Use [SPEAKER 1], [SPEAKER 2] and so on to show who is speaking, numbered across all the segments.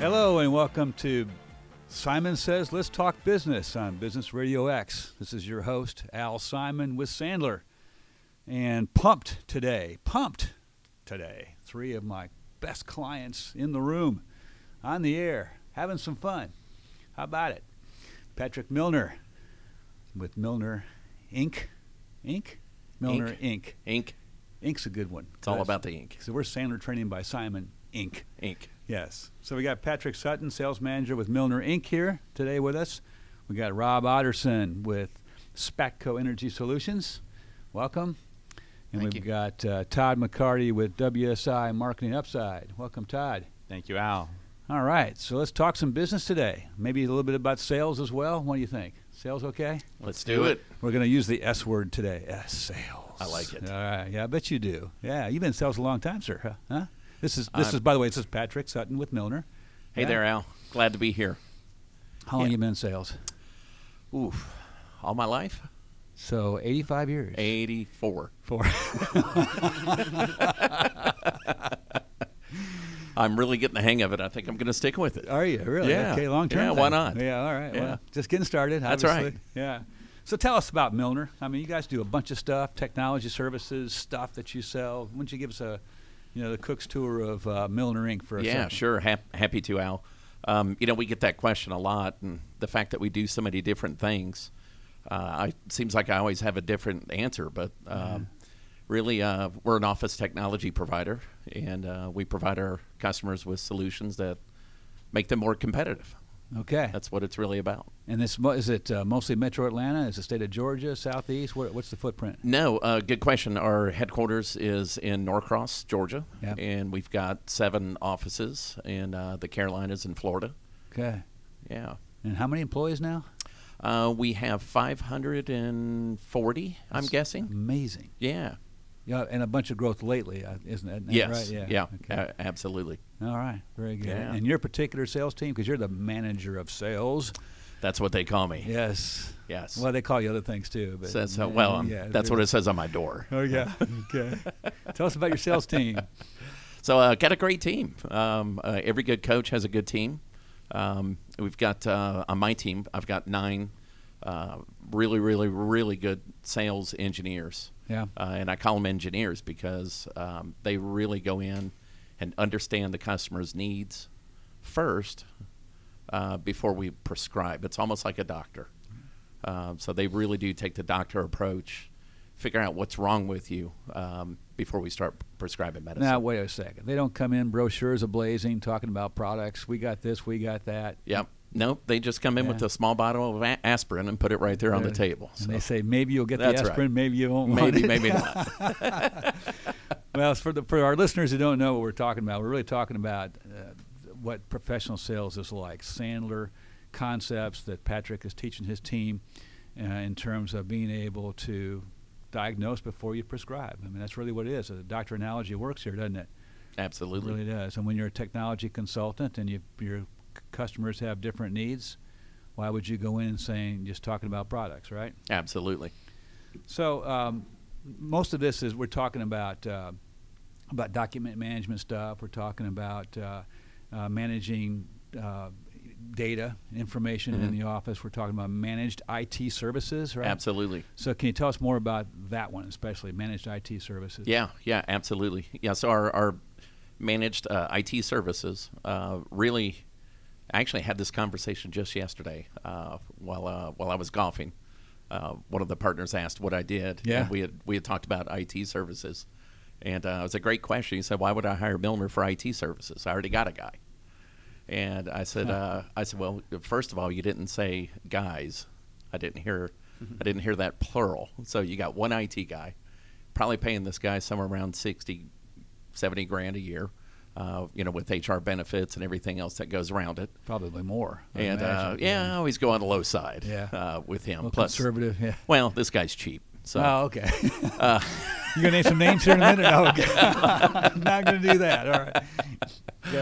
[SPEAKER 1] Hello and welcome to Simon Says Let's Talk Business on Business Radio X. This is your host, Al Simon with Sandler. And pumped today, pumped today. Three of my best clients in the room, on the air, having some fun. How about it? Patrick Milner with Milner Inc. Inc. Milner Inc.
[SPEAKER 2] Inc.
[SPEAKER 1] Ink's a good one.
[SPEAKER 2] It's all about the ink.
[SPEAKER 1] So we're Sandler Training by Simon Inc.
[SPEAKER 2] Ink.
[SPEAKER 1] Yes. So we got Patrick Sutton, sales manager with Milner Inc. here today with us. We got Rob Otterson with Spatco Energy Solutions. Welcome. And
[SPEAKER 3] Thank
[SPEAKER 1] we've
[SPEAKER 3] you.
[SPEAKER 1] got uh, Todd McCarty with WSI Marketing Upside. Welcome, Todd.
[SPEAKER 3] Thank you, Al.
[SPEAKER 1] All right. So let's talk some business today. Maybe a little bit about sales as well. What do you think? Sales okay?
[SPEAKER 2] Let's do it.
[SPEAKER 1] We're going to use the S word today. S sales.
[SPEAKER 2] I like it.
[SPEAKER 1] All right. Yeah, I bet you do. Yeah, you've been in sales a long time, sir. Huh? huh? This is this
[SPEAKER 2] I'm-
[SPEAKER 1] is by the way. This is Patrick Sutton with Milner.
[SPEAKER 2] Hey
[SPEAKER 1] Yeah.
[SPEAKER 2] there, Al. Glad to be here.
[SPEAKER 1] How long
[SPEAKER 2] Yeah.
[SPEAKER 1] you been in sales?
[SPEAKER 2] Oof. All my life?
[SPEAKER 1] So eighty-five years.
[SPEAKER 2] 84.
[SPEAKER 1] Four.
[SPEAKER 2] I'm really getting the hang of it. I think I'm going to stick with it.
[SPEAKER 1] Are you really?
[SPEAKER 2] Yeah.
[SPEAKER 1] Okay, long term.
[SPEAKER 2] Yeah, why not?
[SPEAKER 1] Yeah. All right.
[SPEAKER 2] Yeah.
[SPEAKER 1] Well, just getting started.
[SPEAKER 2] That's
[SPEAKER 1] obviously.
[SPEAKER 2] right.
[SPEAKER 1] Yeah. So tell us about Milner. I mean, you guys do a bunch of stuff, technology services, stuff that you sell. Why don't you give us a, you know, the cook's tour of uh, Milner Inc. for a
[SPEAKER 2] yeah,
[SPEAKER 1] second?
[SPEAKER 2] sure. Hap- happy to, Al. Um, you know, we get that question a lot, and the fact that we do so many different things, uh, I seems like I always have a different answer. But um, really, uh, we're an office technology provider, and uh, we provide our customers with solutions that make them more competitive.
[SPEAKER 1] Okay.
[SPEAKER 2] That's what it's really about.
[SPEAKER 1] And this mo- is it uh, mostly Metro Atlanta? Is it state of Georgia, Southeast? What, what's the footprint?
[SPEAKER 2] No, uh, good question. Our headquarters is in Norcross, Georgia,
[SPEAKER 1] Yeah.
[SPEAKER 2] and we've got seven offices in uh, the Carolinas and Florida.
[SPEAKER 1] Okay.
[SPEAKER 2] Yeah,
[SPEAKER 1] And how many employees now?
[SPEAKER 2] uh, we have 540. I'm
[SPEAKER 1] That's
[SPEAKER 2] guessing.
[SPEAKER 1] Amazing.
[SPEAKER 2] Yeah,
[SPEAKER 1] Yeah, and a bunch of growth lately, uh, isn't that isn't
[SPEAKER 2] yes,
[SPEAKER 1] that right?
[SPEAKER 2] yeah, Uh,
[SPEAKER 1] Okay.
[SPEAKER 2] a- absolutely.
[SPEAKER 1] All right. Very good.
[SPEAKER 2] Yeah.
[SPEAKER 1] And your particular sales team, because you're the manager of sales.
[SPEAKER 2] That's what they call me.
[SPEAKER 1] Yes.
[SPEAKER 2] Yes.
[SPEAKER 1] Well, they call you other things too. But
[SPEAKER 2] So that's how- well, um, that's what it says on my door.
[SPEAKER 1] Oh yeah. okay. Tell us about your sales team.
[SPEAKER 2] So, uh, got a great team. Um, uh, every good coach has a good team. Um, we've got uh, on my team, I've got nine uh, really, really, really good sales engineers.
[SPEAKER 1] Yeah.
[SPEAKER 2] Uh, and I call them engineers because um, they really go in and understand the customer's needs first uh, before we prescribe. It's almost like a doctor. Um, so they really do take the doctor approach, figure out what's wrong with you um, before we start prescribing medicine.
[SPEAKER 1] Now wait a second. They don't come in brochures ablazing, talking about products. We got this. We got that.
[SPEAKER 2] Yep. Nope. They just come in with
[SPEAKER 1] Yeah.
[SPEAKER 2] a small bottle of a- aspirin and put it right there on the
[SPEAKER 1] Right.
[SPEAKER 2] table.
[SPEAKER 1] Uh, And
[SPEAKER 2] So
[SPEAKER 1] they say maybe you'll get the
[SPEAKER 2] That's right.
[SPEAKER 1] aspirin, maybe you won't. want
[SPEAKER 2] maybe,
[SPEAKER 1] it.
[SPEAKER 2] maybe not.
[SPEAKER 1] Well, it's for the, for our listeners who don't know what we're talking about, we're really talking about uh, what professional sales is like. Sandler concepts that Patrick is teaching his team uh, in terms of being able to diagnose before you prescribe. I mean, that's really what it is. The doctor analogy works here, doesn't it? It
[SPEAKER 2] Absolutely.
[SPEAKER 1] really does. And when you're a technology consultant and you, your c- customers have different needs, why would you go in saying just talking about products, right?
[SPEAKER 2] Absolutely.
[SPEAKER 1] So um, most of this is we're talking about uh, about document management stuff. We're talking about uh, uh, managing uh, data, information in the office. We're talking about managed IT services, right?
[SPEAKER 2] Absolutely.
[SPEAKER 1] So can you tell us more about that one, especially managed IT services?
[SPEAKER 2] Yeah, yeah, absolutely. Yeah, so our, our managed uh, IT services uh, really, I actually had this conversation just yesterday uh, while uh, while I was golfing. Uh, one of the partners asked what I did.
[SPEAKER 1] Yeah.
[SPEAKER 2] and we had we had talked about IT services, and uh, it was a great question. He said, "Why would I hire Milner for IT services? I already got a guy." And I said, uh, I said, well, first of all, you didn't say guys. I didn't hear, I didn't hear that plural. So you got one IT guy, probably paying this guy somewhere around 60, 70 grand a year, uh, you know, with HR benefits and everything else that goes around it.
[SPEAKER 1] Probably more. I
[SPEAKER 2] And uh,
[SPEAKER 1] imagine.
[SPEAKER 2] yeah, I always go on the low side
[SPEAKER 1] Yeah.
[SPEAKER 2] uh, with him.
[SPEAKER 1] Well,
[SPEAKER 2] Plus,
[SPEAKER 1] conservative. Yeah.
[SPEAKER 2] well, this guy's cheap. So
[SPEAKER 1] oh, okay. you gonna name some names here in a minute? Oh, okay. I'm not gonna do that. All right.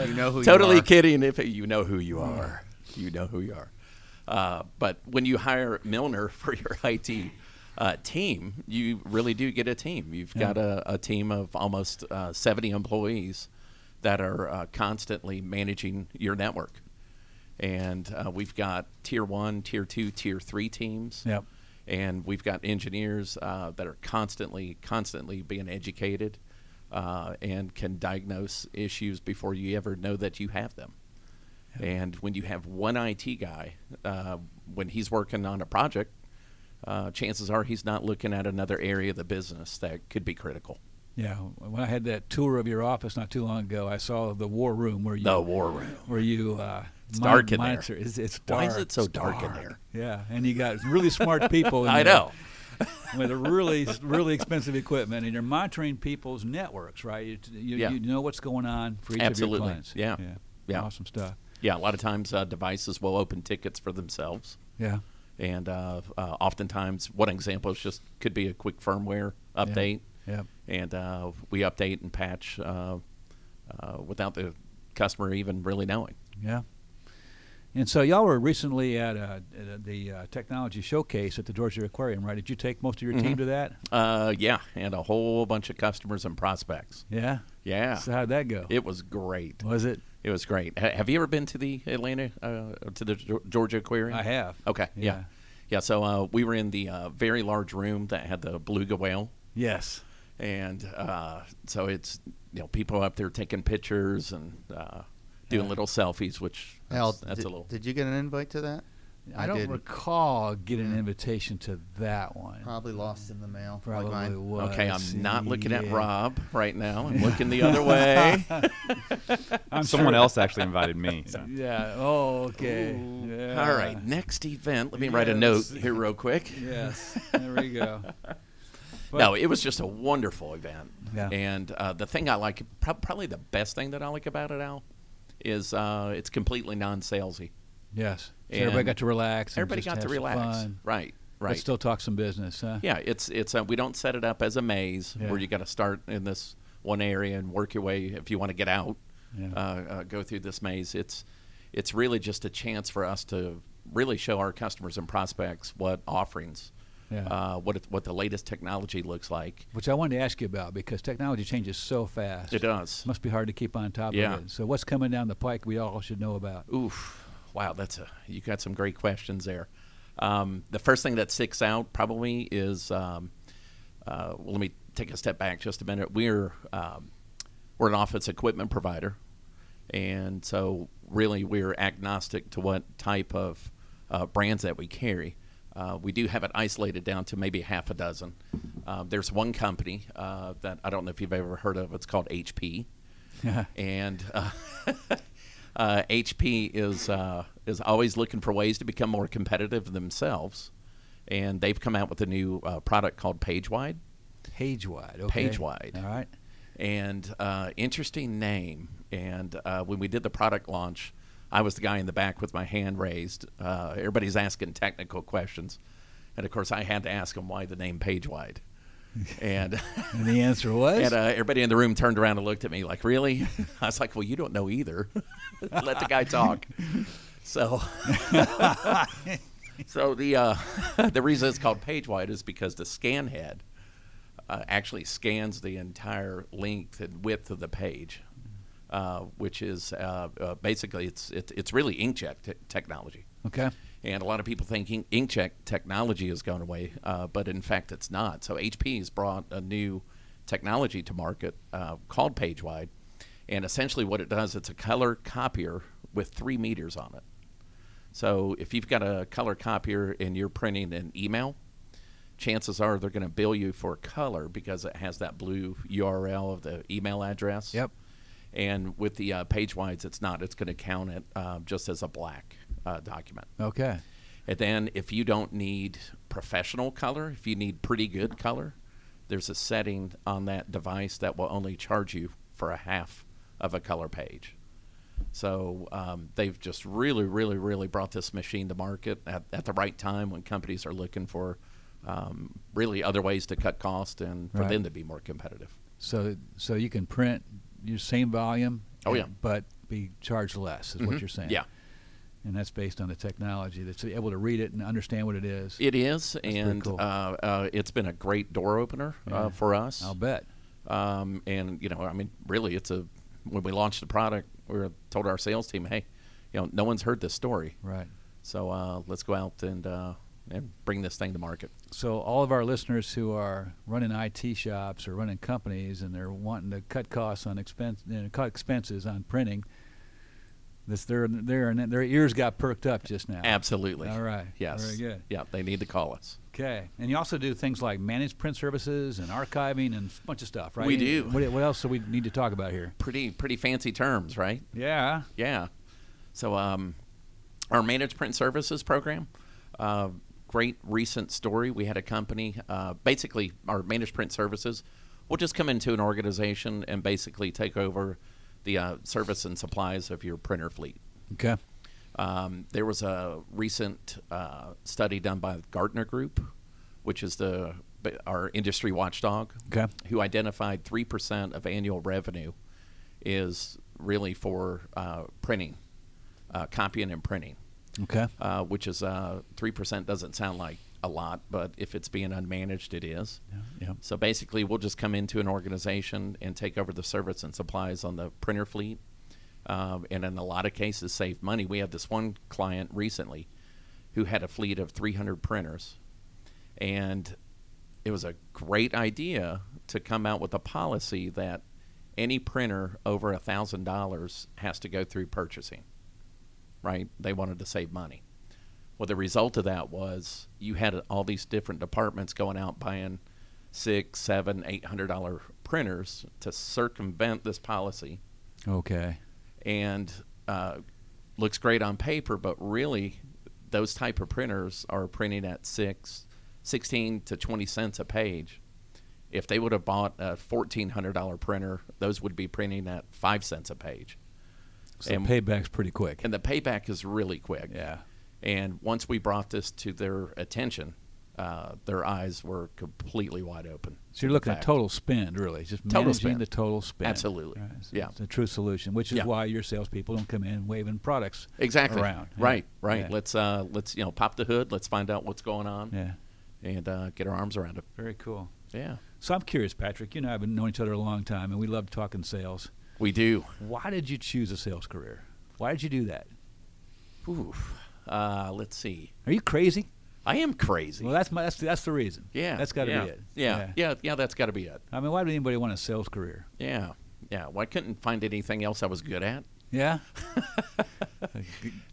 [SPEAKER 3] You know who
[SPEAKER 2] totally
[SPEAKER 3] you are.
[SPEAKER 2] kidding if you know who you
[SPEAKER 1] Hmm.
[SPEAKER 2] are you know who you are uh, but when you hire milner for your it uh, team you really do get a team you've got a, a team of almost uh, 70 employees that are uh, constantly managing your network. And uh, we've got tier one, tier two, tier three teams.
[SPEAKER 1] Yep.
[SPEAKER 2] And we've got engineers uh, that are constantly, constantly being educated uh, and can diagnose issues before you ever know that you have them. And when you have one IT guy, uh, when he's working on a project, uh, chances are he's not looking at another area of the business that could be critical.
[SPEAKER 1] Yeah, when I had that tour of your office not too long ago, I saw the war room where you
[SPEAKER 2] The war room.
[SPEAKER 1] where you uh,
[SPEAKER 2] It's dark in there.
[SPEAKER 1] monitor- It's, it's dark.
[SPEAKER 2] Why is it so
[SPEAKER 1] It's
[SPEAKER 2] dark in there?
[SPEAKER 1] Yeah, and you got really smart people. In
[SPEAKER 2] I
[SPEAKER 1] there
[SPEAKER 2] know.
[SPEAKER 1] with a really really expensive equipment, and you're monitoring people's networks, right? You, you,
[SPEAKER 2] Yeah.
[SPEAKER 1] you know what's going on for each of
[SPEAKER 2] Absolutely.
[SPEAKER 1] your clients.
[SPEAKER 2] Yeah.
[SPEAKER 1] yeah,
[SPEAKER 2] Yeah.
[SPEAKER 1] awesome stuff.
[SPEAKER 2] Yeah, a lot of times uh, devices will open tickets for themselves.
[SPEAKER 1] Yeah,
[SPEAKER 2] And uh, uh, oftentimes, one example is just could be a quick firmware update.
[SPEAKER 1] yeah,
[SPEAKER 2] And uh, we update and patch uh, uh, without the customer even really knowing.
[SPEAKER 1] yeah. And so y'all were recently at, uh, at uh, the uh, technology showcase at the Georgia Aquarium, right? Did you take most of your team to that?
[SPEAKER 2] Uh, yeah, and a whole bunch of customers and prospects.
[SPEAKER 1] Yeah.
[SPEAKER 2] Yeah,
[SPEAKER 1] So how'd that go?
[SPEAKER 2] it was great.
[SPEAKER 1] was it?
[SPEAKER 2] It was great. Ha- have you ever been to the Atlanta uh, to the Geor- Georgia Aquarium?
[SPEAKER 1] I have.
[SPEAKER 2] Okay. Yeah.
[SPEAKER 1] Yeah.
[SPEAKER 2] Yeah. so uh, we were in the uh, very large room that had the beluga whale,
[SPEAKER 1] Yes.
[SPEAKER 2] and uh, so it's you know people up there taking pictures and uh, doing
[SPEAKER 1] Yeah.
[SPEAKER 2] little selfies, which
[SPEAKER 4] Al,
[SPEAKER 2] that's, that's
[SPEAKER 4] did,
[SPEAKER 2] a little.
[SPEAKER 4] did you get an invite to that?
[SPEAKER 1] I,
[SPEAKER 4] I
[SPEAKER 1] don't
[SPEAKER 4] didn't.
[SPEAKER 1] recall getting
[SPEAKER 2] Mm-hmm.
[SPEAKER 1] an invitation to that one.
[SPEAKER 4] Probably lost in the mail.
[SPEAKER 1] Probably
[SPEAKER 4] like mine.
[SPEAKER 1] was.
[SPEAKER 2] Okay, I'm not looking at
[SPEAKER 1] yeah.
[SPEAKER 2] Rob right now. I'm looking the other way.
[SPEAKER 3] Someone else actually invited me. so.
[SPEAKER 1] Yeah. Oh, okay. Yeah.
[SPEAKER 2] All right, next event. Let me write a note
[SPEAKER 1] Yes.
[SPEAKER 2] here real quick.
[SPEAKER 1] Yes. There we go. But-
[SPEAKER 2] no, it was just a wonderful event.
[SPEAKER 1] Yeah.
[SPEAKER 2] And uh, the thing I like, prob- probably the best thing that I like about it, Al, is uh, it's completely non-salesy.
[SPEAKER 1] Yes. So
[SPEAKER 2] And
[SPEAKER 1] everybody got to relax. and
[SPEAKER 2] Everybody
[SPEAKER 1] just
[SPEAKER 2] got
[SPEAKER 1] have
[SPEAKER 2] to
[SPEAKER 1] some
[SPEAKER 2] relax.
[SPEAKER 1] fun,
[SPEAKER 2] Right.
[SPEAKER 1] but
[SPEAKER 2] Right.
[SPEAKER 1] still talk some business, huh?
[SPEAKER 2] yeah. It's it's uh, we don't set it up as a maze
[SPEAKER 1] Yeah.
[SPEAKER 2] where you got to start in this one area and work your way if you want to get out,
[SPEAKER 1] Yeah.
[SPEAKER 2] uh, uh, go through this maze. It's it's really just a chance for us to really show our customers and prospects what offerings,
[SPEAKER 1] Yeah.
[SPEAKER 2] uh, what it- what the latest technology looks like.
[SPEAKER 1] Which I wanted to ask you about because technology changes so fast.
[SPEAKER 2] It does.
[SPEAKER 1] Must be hard to keep on top
[SPEAKER 2] Yeah.
[SPEAKER 1] of it. So what's coming down the pike we all should know about?
[SPEAKER 2] Oof. Wow, that's a you got some great questions there. Um, the first thing that sticks out probably is um, uh, well, let me take a step back just a minute. We're um, we're an office equipment provider, and so really we're agnostic to what type of uh, brands that we carry. Uh, we do have it isolated down to maybe half a dozen. Uh, there's one company uh, that I don't know if you've ever heard of. It's called HP and uh, uh, HP is uh, is always looking for ways to become more competitive themselves, and they've come out with a new uh, product called PageWide,
[SPEAKER 1] Page wide. Okay.
[SPEAKER 2] Page-wide.
[SPEAKER 1] All right.
[SPEAKER 2] and uh, interesting name. And uh, when we did the product launch, I was the guy in the back with my hand raised. Uh, everybody's asking technical questions, and of course I had to ask them why the name PageWide, and.
[SPEAKER 1] And the answer was.
[SPEAKER 2] And uh, everybody in the room turned around and looked at me like, really? I was like, well, you don't know either. Let the guy talk. So, so the uh, the reason it's called page wide is because the scan head uh, actually scans the entire length and width of the page, uh, which is uh, uh, basically it's it, it's really inkjet te- technology.
[SPEAKER 1] okay.
[SPEAKER 2] And a lot of people think ink- inkjet technology has gone away, uh, but in fact, it's not. So HP has brought a new technology to market uh, called PageWide, and essentially what it does, it's a color copier with three meters on it. So if you've got a color copier and you're printing an email, chances are they're going to bill you for color because it has that blue URL of the email address.
[SPEAKER 1] Yep.
[SPEAKER 2] And with the uh, page wides, it's not. It's going to count it uh, just as a black uh, document.
[SPEAKER 1] Okay.
[SPEAKER 2] And then if you don't need professional color, if you need pretty good color, there's a setting on that device that will only charge you for a half of a color page. So um, they've just really, really, really brought this machine to market at, at the right time when companies are looking for um, really other ways to cut cost and for
[SPEAKER 1] Right.
[SPEAKER 2] them to be more competitive.
[SPEAKER 1] So so you can print your same volume.
[SPEAKER 2] Oh, yeah. Mm-hmm.
[SPEAKER 1] But be charged less is what you're saying.
[SPEAKER 2] Yeah.
[SPEAKER 1] And that's based on the technology that's able to read it and understand what it is.
[SPEAKER 2] It is,
[SPEAKER 1] pretty
[SPEAKER 2] and
[SPEAKER 1] cool.
[SPEAKER 2] uh, uh, it's been a great door opener
[SPEAKER 1] Yeah.
[SPEAKER 2] uh, for us.
[SPEAKER 1] I'll bet.
[SPEAKER 2] Um, and you know, I mean, really, it's a when we launched the product, we were told our sales team, hey, you know, no one's heard this story,
[SPEAKER 1] Right.
[SPEAKER 2] so uh, let's go out and uh, and bring this thing to market.
[SPEAKER 1] So all of our listeners who are running IT shops or running companies and they're wanting to cut costs on expense and cut expenses on printing, this their their their ears got perked up just now.
[SPEAKER 2] Absolutely.
[SPEAKER 1] All right.
[SPEAKER 2] Yes.
[SPEAKER 1] Very good.
[SPEAKER 2] Yeah, they need to call us.
[SPEAKER 1] Okay. And you also do things like managed print services and archiving and a bunch of stuff, right?
[SPEAKER 2] We do.
[SPEAKER 1] What, what else do we need to talk about here?
[SPEAKER 2] Pretty pretty fancy terms, right?
[SPEAKER 1] Yeah.
[SPEAKER 2] Yeah. So um, our managed print services program, uh, great recent story. We had a company, uh, basically our managed print services, will just come into an organization and basically take over the uh, service and supplies of your printer fleet.
[SPEAKER 1] Okay.
[SPEAKER 2] Um, there was a recent uh, study done by Gartner Group, which is the our industry watchdog,
[SPEAKER 1] Okay.
[SPEAKER 2] who identified three percent of annual revenue is really for uh, printing, uh, copying and printing,
[SPEAKER 1] Okay.
[SPEAKER 2] uh, which is three percent doesn't sound like a lot, but if it's being unmanaged, it is.
[SPEAKER 1] Yeah.
[SPEAKER 2] So basically, we'll just come into an organization and take over the service and supplies on the printer fleet, um, and in a lot of cases, save money. We have this one client recently who had a fleet of 300 printers, and it was a great idea to come out with a policy that any printer over a thousand dollars has to go through purchasing. Right? They wanted to save money. Well, the result of that was you had all these different departments going out buying six, seven, eight hundred dollar printers to circumvent this policy,
[SPEAKER 1] Okay.
[SPEAKER 2] and uh, looks great on paper, but really, those type of printers are printing at six, 16 to twenty cents a page. If they would have bought a fourteen hundred dollar printer, those would be printing at five cents a page,
[SPEAKER 1] So
[SPEAKER 2] And-
[SPEAKER 1] payback's pretty quick.
[SPEAKER 2] and the payback is really quick.
[SPEAKER 1] yeah.
[SPEAKER 2] And once we brought this to their attention, uh, their eyes were completely wide open.
[SPEAKER 1] So you're looking at
[SPEAKER 2] Fact.
[SPEAKER 1] total spend, really, just
[SPEAKER 2] Total
[SPEAKER 1] managing
[SPEAKER 2] spend.
[SPEAKER 1] the total spend.
[SPEAKER 2] Absolutely.
[SPEAKER 1] Right, so
[SPEAKER 2] Yeah.
[SPEAKER 1] it's a true solution, which is
[SPEAKER 2] Yeah.
[SPEAKER 1] why your salespeople don't come in waving products
[SPEAKER 2] Exactly.
[SPEAKER 1] around. Yeah.
[SPEAKER 2] Right. Right.
[SPEAKER 1] Yeah.
[SPEAKER 2] Let's uh, let's you know pop the hood. Let's find out what's going on
[SPEAKER 1] Yeah,
[SPEAKER 2] and uh, get our arms around it.
[SPEAKER 1] very cool.
[SPEAKER 2] Yeah,
[SPEAKER 1] So I'm curious, Patrick. You know, I've been knowing each other a long time, and we love talking sales.
[SPEAKER 2] we do.
[SPEAKER 1] Why did you choose a sales career? Why did you do that?
[SPEAKER 2] Oof. Uh, let's see.
[SPEAKER 1] Are you crazy?
[SPEAKER 2] I am crazy.
[SPEAKER 1] Well, that's my, that's that's the reason.
[SPEAKER 2] yeah.
[SPEAKER 1] that's got to
[SPEAKER 2] yeah,
[SPEAKER 1] be it.
[SPEAKER 2] Yeah. Yeah. Yeah. that's got to be it.
[SPEAKER 1] I mean, why would anybody want a sales career?
[SPEAKER 2] Yeah. Yeah. Well, I couldn't find anything else I was good at.
[SPEAKER 1] Yeah,
[SPEAKER 2] Uh,
[SPEAKER 1] So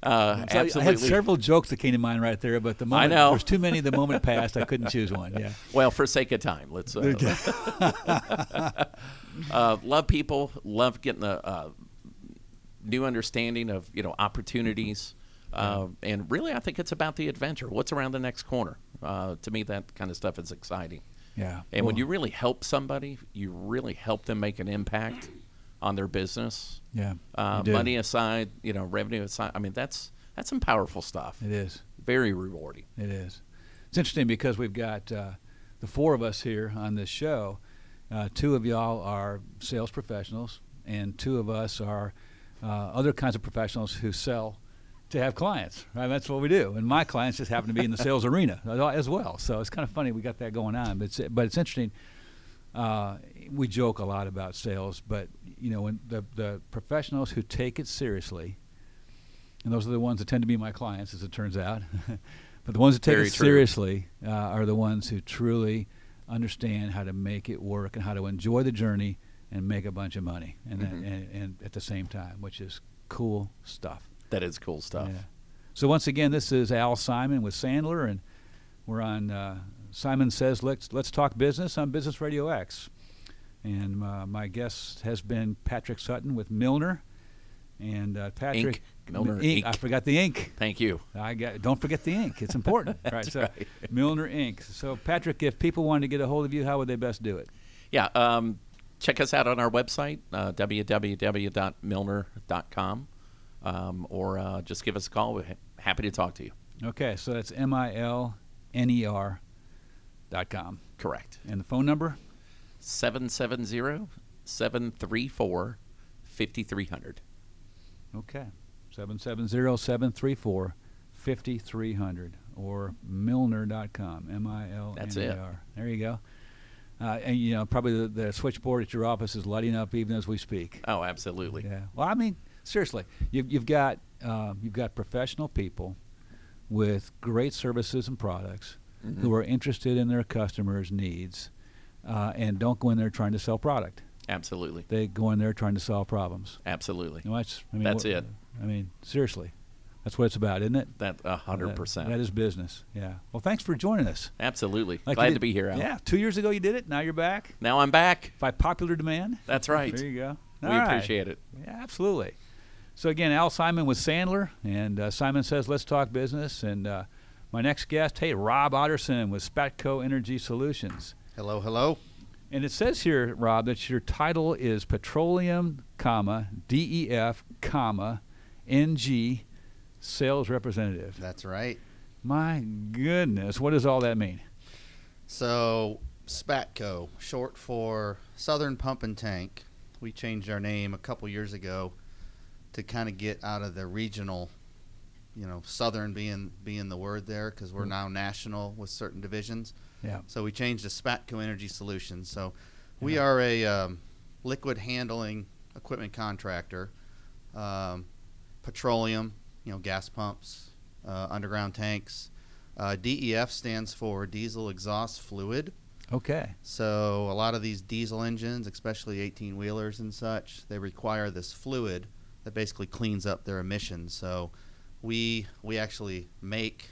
[SPEAKER 1] I-
[SPEAKER 2] absolutely.
[SPEAKER 1] I had several jokes that came to mind right there, but the moment
[SPEAKER 2] know.
[SPEAKER 1] there's too many. The moment passed, I couldn't choose one. Yeah.
[SPEAKER 2] Well, for sake of time, let's. Uh, uh, love people. Love getting the uh, new understanding of you know opportunities, uh, and really, I think it's about the adventure. What's around the next corner? Uh, to me, that kind of stuff is exciting.
[SPEAKER 1] Yeah.
[SPEAKER 2] And when
[SPEAKER 1] Well,
[SPEAKER 2] you really help somebody, you really help them make an impact on their business.
[SPEAKER 1] yeah,
[SPEAKER 2] Uh,
[SPEAKER 1] you do.
[SPEAKER 2] money aside, you know, revenue aside. I mean, that's that's some powerful stuff.
[SPEAKER 1] It is.
[SPEAKER 2] Very rewarding.
[SPEAKER 1] It is. It's interesting because we've got uh, the four of us here on this show. Uh, two of y'all are sales professionals, and two of us are uh, other kinds of professionals who sell to have clients. Right? That's what we do. And my clients just happen to be in the sales arena uh, as well. So it's kind of funny we got that going on. But it's, but it's interesting. Uh, we joke a lot about sales, but you know, when the the professionals who take it seriously, and those are the ones that tend to be my clients, as it turns out. but the ones that take
[SPEAKER 2] Very
[SPEAKER 1] it
[SPEAKER 2] true.
[SPEAKER 1] seriously uh, are the ones who truly understand how to make it work and how to enjoy the journey and make a bunch of money, and that-
[SPEAKER 2] Mhm.
[SPEAKER 1] and, and at the same time, which is cool stuff.
[SPEAKER 2] That is cool stuff.
[SPEAKER 1] Yeah. So once again, this is Al Simon with Sandler, and we're on uh, Simon Says Let's Let's Talk Business on Business Radio X. And uh, my guest has been Patrick Sutton with Milner, and uh, Patrick
[SPEAKER 2] Milner
[SPEAKER 1] Inc. I
[SPEAKER 2] Inc.
[SPEAKER 1] forgot the ink.
[SPEAKER 2] Thank you.
[SPEAKER 1] I got. Don't forget the ink. It's important. right. So Milner Inc. So Patrick, if people wanted to get a hold of you, how would they best do it?
[SPEAKER 2] Yeah. Um, check us out on our website, uh, www.milner.com, um, or uh, just give us a call. We're ha- happy to talk to you.
[SPEAKER 1] Okay. So that's M I L N E R dot com,
[SPEAKER 2] Correct.
[SPEAKER 1] and the phone number.
[SPEAKER 2] 770 734 5300.
[SPEAKER 1] Okay. 770-734-5300 or milner.com. M I L N E R.
[SPEAKER 2] That's it.
[SPEAKER 1] There you go. Uh, and you know, probably the, the switchboard at your office is lighting up even as we speak.
[SPEAKER 2] Oh, absolutely.
[SPEAKER 1] Yeah. Well, I mean, seriously, you've, you've got um, you've got professional people with great services and products
[SPEAKER 2] Mm-hmm.
[SPEAKER 1] who are interested in their customers' needs, uh, and don't go in there trying to sell product.
[SPEAKER 2] Absolutely.
[SPEAKER 1] They go in there trying to solve problems.
[SPEAKER 2] Absolutely.
[SPEAKER 1] You know, that's I mean,
[SPEAKER 2] That's
[SPEAKER 1] what-
[SPEAKER 2] it.
[SPEAKER 1] I mean, seriously, that's what it's about, isn't it?
[SPEAKER 2] That a hundred
[SPEAKER 1] That- That
[SPEAKER 2] percent.
[SPEAKER 1] is business. Yeah. Well, thanks for joining us.
[SPEAKER 2] Absolutely.
[SPEAKER 1] Like you
[SPEAKER 2] Glad
[SPEAKER 1] did-
[SPEAKER 2] to be here, Al.
[SPEAKER 1] Yeah. Two years ago you did it. Now you're back
[SPEAKER 2] Now I'm back.
[SPEAKER 1] by popular demand.
[SPEAKER 2] That's right.
[SPEAKER 1] There you go.
[SPEAKER 2] We
[SPEAKER 1] All right.
[SPEAKER 2] appreciate it.
[SPEAKER 1] Yeah, absolutely. So again, Al Simon with Sandler, and uh, Simon says, "Let's talk business." And uh, my next guest, hey, Rob Otterson with Spatco Energy Solutions.
[SPEAKER 4] Hello, hello.
[SPEAKER 1] And it says here, Rob, that your title is Petroleum, comma DEF, comma NG Sales Representative.
[SPEAKER 4] That's right.
[SPEAKER 1] My goodness, what does all that mean?
[SPEAKER 4] So, SPATCO, short for Southern Pump and Tank. We changed our name a couple years ago to kind of get out of the regional, you know, Southern being being the word there because we're now national with certain divisions.
[SPEAKER 1] Mm. Yeah.
[SPEAKER 4] So we changed to Spatco Energy Solutions. So we
[SPEAKER 1] Yeah.
[SPEAKER 4] are a um, liquid handling equipment contractor, um, petroleum, you know, gas pumps, uh, underground tanks. Uh, DEF stands for diesel exhaust fluid.
[SPEAKER 1] Okay.
[SPEAKER 4] So a lot of these diesel engines, especially 18 wheelers and such, they require this fluid that basically cleans up their emissions. So we we actually make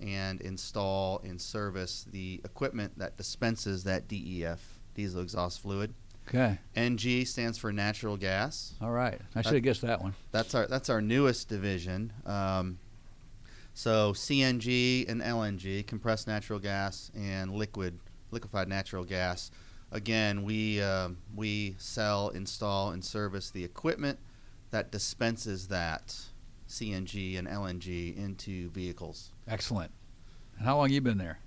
[SPEAKER 4] and install and service the equipment that dispenses that DEF diesel exhaust fluid.
[SPEAKER 1] Okay.
[SPEAKER 4] NG stands for natural gas.
[SPEAKER 1] All right. I should have guessed that one.
[SPEAKER 4] That's our that's our newest division. Um, so CNG and LNG, compressed natural gas and liquid liquefied natural gas. Again, we um we sell, install, and service the equipment that dispenses that CNG and LNG into vehicles.
[SPEAKER 1] Excellent. And how long you been there?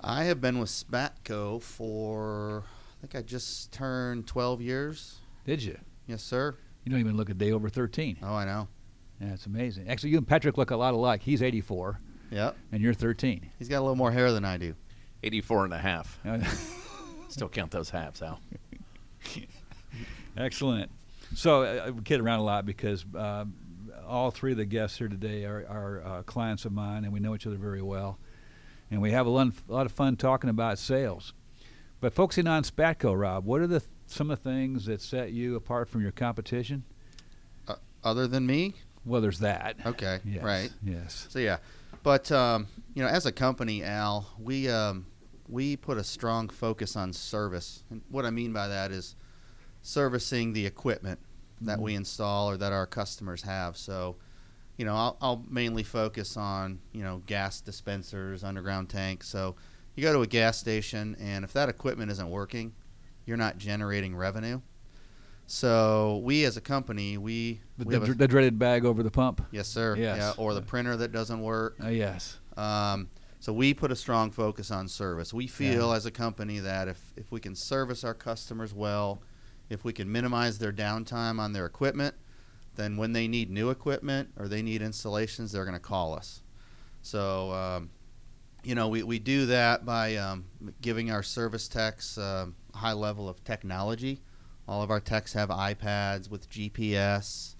[SPEAKER 4] I have been with Spatco for I think I just turned 12 years.
[SPEAKER 1] Did you?
[SPEAKER 4] Yes, sir.
[SPEAKER 1] You don't even look a day over thirteen.
[SPEAKER 4] Oh, I know.
[SPEAKER 1] Yeah, it's amazing. Actually, you and Patrick look a lot alike. He's 84,
[SPEAKER 4] Yep.
[SPEAKER 1] and you're 13.
[SPEAKER 4] He's got a little more hair than I do.
[SPEAKER 2] 84 and a half.
[SPEAKER 1] Uh,
[SPEAKER 2] Still count those halves, Al.
[SPEAKER 1] Excellent. So uh, we kid around a lot because um, all three of the guests here today are, are uh, clients of mine, and we know each other very well. And we have a lot, a lot of fun talking about sales. But focusing on Spatco, Rob, what are the some of the things that set you apart from your competition?
[SPEAKER 4] Other than me,
[SPEAKER 1] Well, there's that.
[SPEAKER 4] Okay,
[SPEAKER 1] Yes,
[SPEAKER 4] right.
[SPEAKER 1] Yes.
[SPEAKER 4] So yeah, but um, you know, as a company, Al, we um, we put a strong focus on service, and what I mean by that is servicing the equipment that
[SPEAKER 1] Mm-hmm.
[SPEAKER 4] we install or that our customers have. So, you know, I'll, I'll mainly focus on you know gas dispensers, underground tanks. So, you go to a gas station, and if that equipment isn't working, you're not generating revenue. So, we as a company, we,
[SPEAKER 1] The,
[SPEAKER 4] we have
[SPEAKER 1] the,
[SPEAKER 4] a-
[SPEAKER 1] dr- the dreaded bag over the pump.
[SPEAKER 4] yes, sir,
[SPEAKER 1] Yes.
[SPEAKER 4] yeah, or the printer that doesn't work.
[SPEAKER 1] Uh, yes.
[SPEAKER 4] Um, so we put a strong focus on service. We feel as a company that if, if we can service our customers well, if we can minimize their downtime on their equipment, then when they need new equipment or they need installations, they're going to call us. So, um, you know, we, we do that by um, giving our service techs um, a high level of technology. All of our techs have iPads with GPS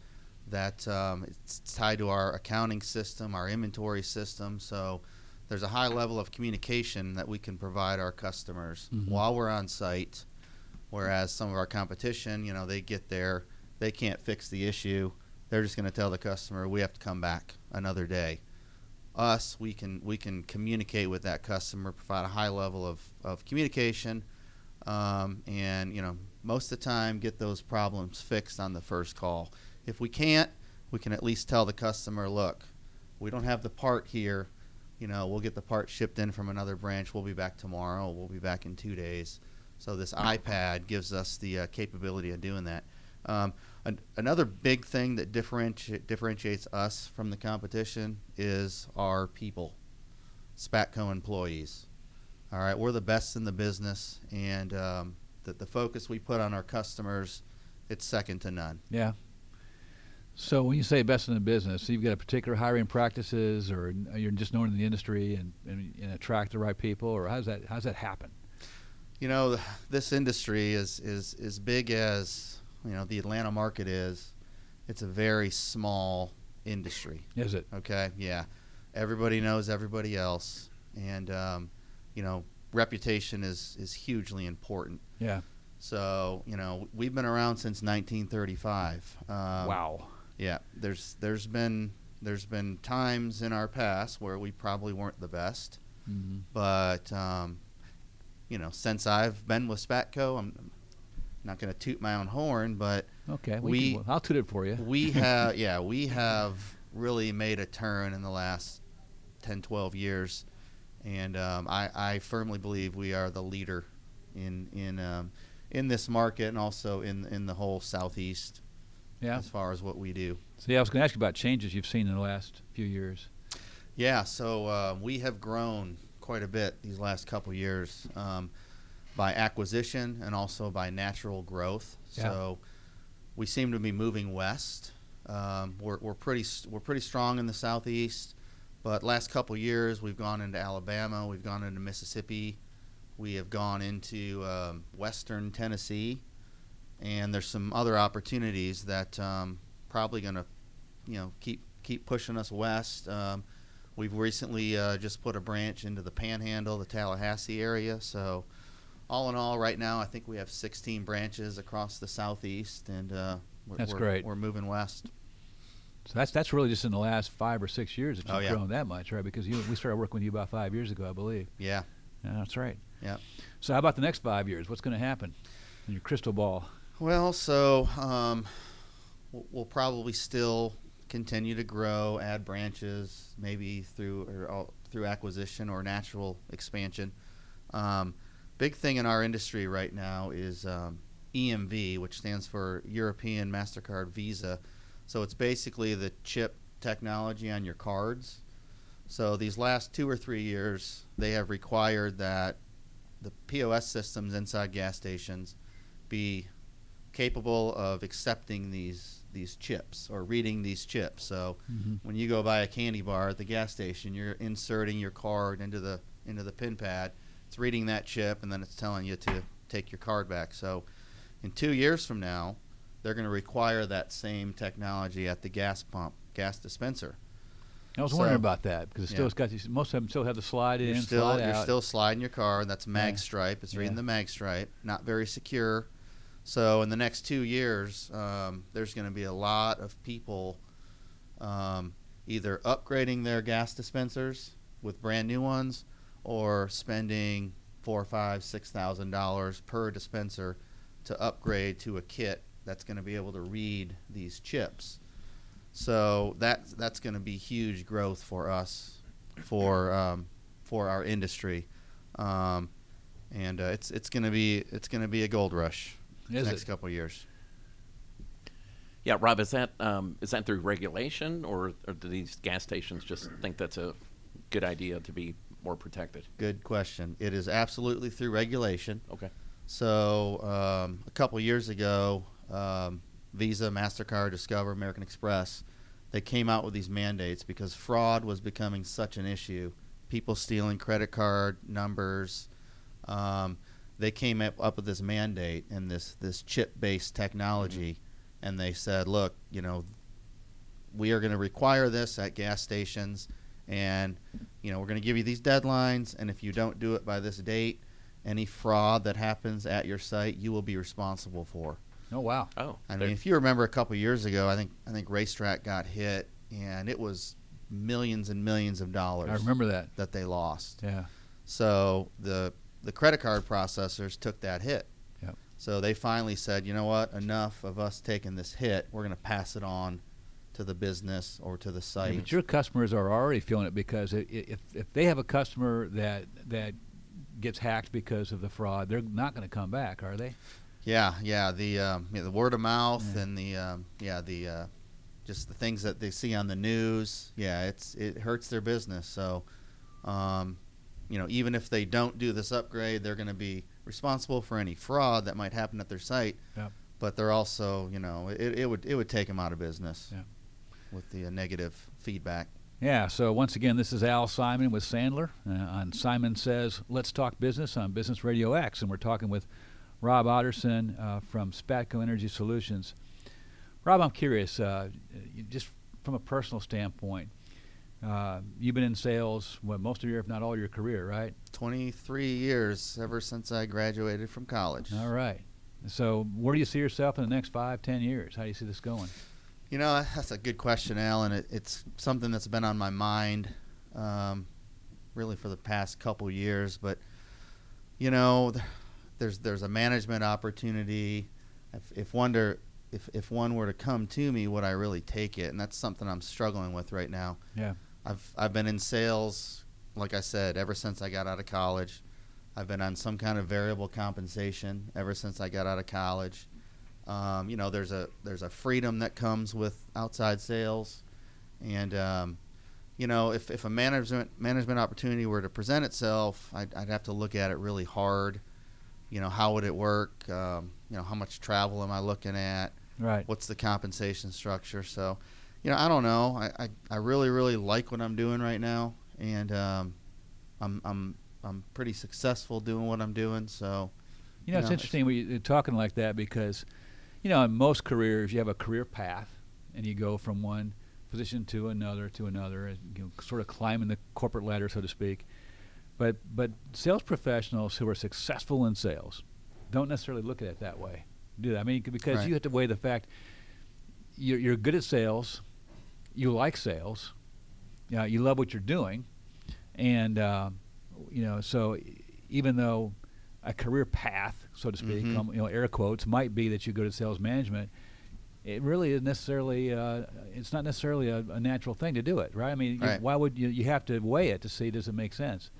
[SPEAKER 4] that um, it's tied to our accounting system, our inventory system. So there's a high level of communication that we can provide our customers
[SPEAKER 1] Mhm.
[SPEAKER 4] while we're on site. Whereas some of our competition, you know, they get there, they can't fix the issue. They're just going to tell the customer we have to come back another day. Us, we can we can communicate with that customer, provide a high level of, of communication, um, and you know most of the time get those problems fixed on the first call. If we can't, we can at least tell the customer, look, we don't have the part here. You know, we'll get the part shipped in from another branch. We'll be back tomorrow. We'll be back in two days. So this iPad gives us the uh, capability of doing that. Um, an- another big thing that differenti- differentiates us from the competition is our people, Spatco employees. All right, we're the best in the business, and um, the, the focus we put on our customers, it's second to none.
[SPEAKER 1] Yeah. So when you say best in the business, so you've got a particular hiring practices, or n- uh, you're just known in the industry and, and, and attract the right people, or how does that how does that happen?
[SPEAKER 4] you know, this industry is is as big as you know the Atlanta market is. It's a very small industry.
[SPEAKER 1] Is it?
[SPEAKER 4] Okay, yeah, everybody knows everybody else, and um, you know, reputation is is hugely important.
[SPEAKER 1] Yeah.
[SPEAKER 4] So you know, we've been around since 1935. Um,
[SPEAKER 1] wow.
[SPEAKER 4] Yeah, there's there's been there's been times in our past where we probably weren't the best,
[SPEAKER 1] Mm-hmm.
[SPEAKER 4] but um, you know, since I've been with Spatco, I'm not going to toot my own horn, but
[SPEAKER 1] Okay.
[SPEAKER 4] We-
[SPEAKER 1] We, can- I'll toot it for you.
[SPEAKER 4] we have yeah we have really made a turn in the last 10 12 years and um, I, I firmly believe we are the leader in in um, in this market and also in in the whole southeast
[SPEAKER 1] Yeah.
[SPEAKER 4] as far as what we do
[SPEAKER 1] So yeah, I was going to ask you about changes you've seen in the last few years.
[SPEAKER 4] Yeah, so uh, we have grown quite a bit these last couple years um, by acquisition and also by natural growth.
[SPEAKER 1] Yeah.
[SPEAKER 4] So we seem to be moving west. Um, we're, we're pretty s- we're pretty strong in the southeast, but last couple years we've gone into Alabama, we've gone into Mississippi, we have gone into um, western Tennessee, and there's some other opportunities that um, probably going to you know keep keep pushing us west. Um, we've recently uh, just put a branch into the Panhandle, the Tallahassee area. So all in all, right now I think we have 16 branches across the southeast, and uh, we're,
[SPEAKER 1] That's
[SPEAKER 4] we're,
[SPEAKER 1] great.
[SPEAKER 4] We're moving west.
[SPEAKER 1] So that's that's really just in the last five or six years that you've
[SPEAKER 4] Oh, yeah.
[SPEAKER 1] grown that much, right? Because you, we started working with you about five years ago, I believe.
[SPEAKER 4] Yeah,
[SPEAKER 1] Yeah, that's right.
[SPEAKER 4] yeah.
[SPEAKER 1] So how about the next five years? What's going to happen in your crystal ball?
[SPEAKER 4] Well, so um, we'll we'll probably still continue to grow, add branches, maybe through or all- through acquisition or natural expansion. Um, big thing in our industry right now is um, EMV, which stands for European Mastercard Visa. So it's basically the chip technology on your cards. So these last two or three years, they have required that the POS systems inside gas stations be capable of accepting these these chips or reading these chips. So
[SPEAKER 1] Mm-hmm.
[SPEAKER 4] when you go buy a candy bar at the gas station, you're inserting your card into the into the pin pad. It's reading that chip, and then it's telling you to take your card back. So in two years from now, they're going to require that same technology at the gas pump, gas dispenser.
[SPEAKER 1] I was
[SPEAKER 4] So-
[SPEAKER 1] wondering about that because it still
[SPEAKER 4] Yeah.
[SPEAKER 1] has got these, most of them still have the slide
[SPEAKER 4] You're
[SPEAKER 1] in,
[SPEAKER 4] still
[SPEAKER 1] slide
[SPEAKER 4] you're
[SPEAKER 1] out.
[SPEAKER 4] still sliding your card. That's mag
[SPEAKER 1] Yeah.
[SPEAKER 4] stripe. It's reading
[SPEAKER 1] Yeah.
[SPEAKER 4] the mag stripe. Not very secure. So in the next two years, um, there's going to be a lot of people um, either upgrading their gas dispensers with brand new ones, or spending four, five, six thousand dollars per dispenser to upgrade to a kit that's going to be able to read these chips. So that that's going to be huge growth for us, for um, for our industry, um, and uh, it's it's going to be it's going to be a gold rush
[SPEAKER 1] Is
[SPEAKER 4] the next
[SPEAKER 1] it?
[SPEAKER 4] couple of years.
[SPEAKER 2] Yeah, Rob, is that um, is that through regulation, or, or do these gas stations just think that's a good idea to be more protected?
[SPEAKER 4] Good question. It is absolutely through regulation.
[SPEAKER 2] Okay.
[SPEAKER 4] So um, a couple years ago, um, Visa, Mastercard, Discover, American Express, they came out with these mandates because fraud was becoming such an issue. People stealing credit card numbers. Um, they came up, up with this mandate and this this chip based technology, and they said, look, you know, we are going to require this at gas stations, and you know we're going to give you these deadlines, and if you don't do it by this date any fraud that happens at your site, you will be responsible for.
[SPEAKER 1] oh wow!
[SPEAKER 2] Oh,
[SPEAKER 4] I
[SPEAKER 2] there-
[SPEAKER 4] mean, if you remember a couple years ago, I think I think Racetrack got hit, and it was millions and millions of dollars
[SPEAKER 1] I remember that.
[SPEAKER 4] that they lost.
[SPEAKER 1] Yeah.
[SPEAKER 4] So the the credit card processors took that hit.
[SPEAKER 1] Yep.
[SPEAKER 4] So they finally said, you know what, enough of us taking this hit. We're going to pass it on to the business or to
[SPEAKER 1] Yeah,
[SPEAKER 4] the site.
[SPEAKER 1] but your customers are already feeling it because i- i- if if they have a customer that that gets hacked because of the fraud, they're not going to come back, are they?
[SPEAKER 4] Yeah, yeah. The um, yeah, the word of mouth
[SPEAKER 1] Yeah.
[SPEAKER 4] and the um, yeah the uh, just the things that they see on the news. Yeah, it's it hurts their business. So, um, you know, even if they don't do this upgrade, they're going to be responsible for any fraud that might happen at their site.
[SPEAKER 1] Yep.
[SPEAKER 4] But they're also, you know, it, it would it would take them out of business
[SPEAKER 1] Yeah.
[SPEAKER 4] with the uh, negative feedback.
[SPEAKER 1] Yeah, so once again, this is Al Simon with Sandler uh, on Simon Says Let's Talk Business on Business Radio X, and we're talking with Rob Otterson uh, from Spatco Energy Solutions. Rob, I'm curious, uh, you- just from a personal standpoint, uh, you've been in sales what, most of your, if not all your career, right?
[SPEAKER 4] 23 years ever since I graduated from college.
[SPEAKER 1] All right. So where do you see yourself in the next five, ten years? How do you see this going?
[SPEAKER 4] You know, that's a good question, Al, and it, it's something that's been on my mind um, really for the past couple years. But you know, th- there's there's a management opportunity. If, if wonder if if one were to come to me, would I really take it? And that's something I'm struggling with right now.
[SPEAKER 1] Yeah.
[SPEAKER 4] I've I've been in sales, like I said, ever since I got out of college. I've been on some kind of variable compensation ever since I got out of college. Um, you know, there's a there's a freedom that comes with outside sales, and um, you know, if, if a management management opportunity were to present itself, I'd, I'd have to look at it really hard. You know, how would it work? Um, you know, how much travel am I looking at?
[SPEAKER 1] Right.
[SPEAKER 4] what's the compensation structure so you know i don't know i, I, I really really like what i'm doing right now and um, I'm, I'm i'm pretty successful doing what i'm doing so
[SPEAKER 1] You know, it's
[SPEAKER 4] Yeah.
[SPEAKER 1] interesting when you're talking like that because, you know, in most careers, you have a career path and you go from one position to another to another, and, you know, sort of climbing the corporate ladder, so to speak. But, but sales professionals who are successful in sales don't necessarily look at it that way, do they? I mean, c- because
[SPEAKER 4] Right.
[SPEAKER 1] you have to weigh the fact you're, you're good at sales, you like sales, you, know, you love what you're doing, and, uh, you know, so e- even though a career path, so to speak,
[SPEAKER 4] Mhm.
[SPEAKER 1] um, you know, air quotes, might be that you go to sales management. It really is necessarily, uh, it's not necessarily a, a natural thing to do it, right? I mean, you-
[SPEAKER 4] Right.
[SPEAKER 1] why would you, you have to weigh it to see does it make sense?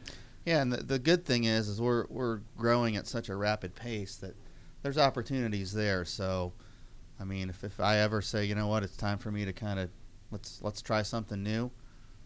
[SPEAKER 4] yeah and the, the good thing is is we're we're growing at such a rapid pace that there's opportunities there so i mean if, if i ever say you know what it's time for me to kind of let's let's try something new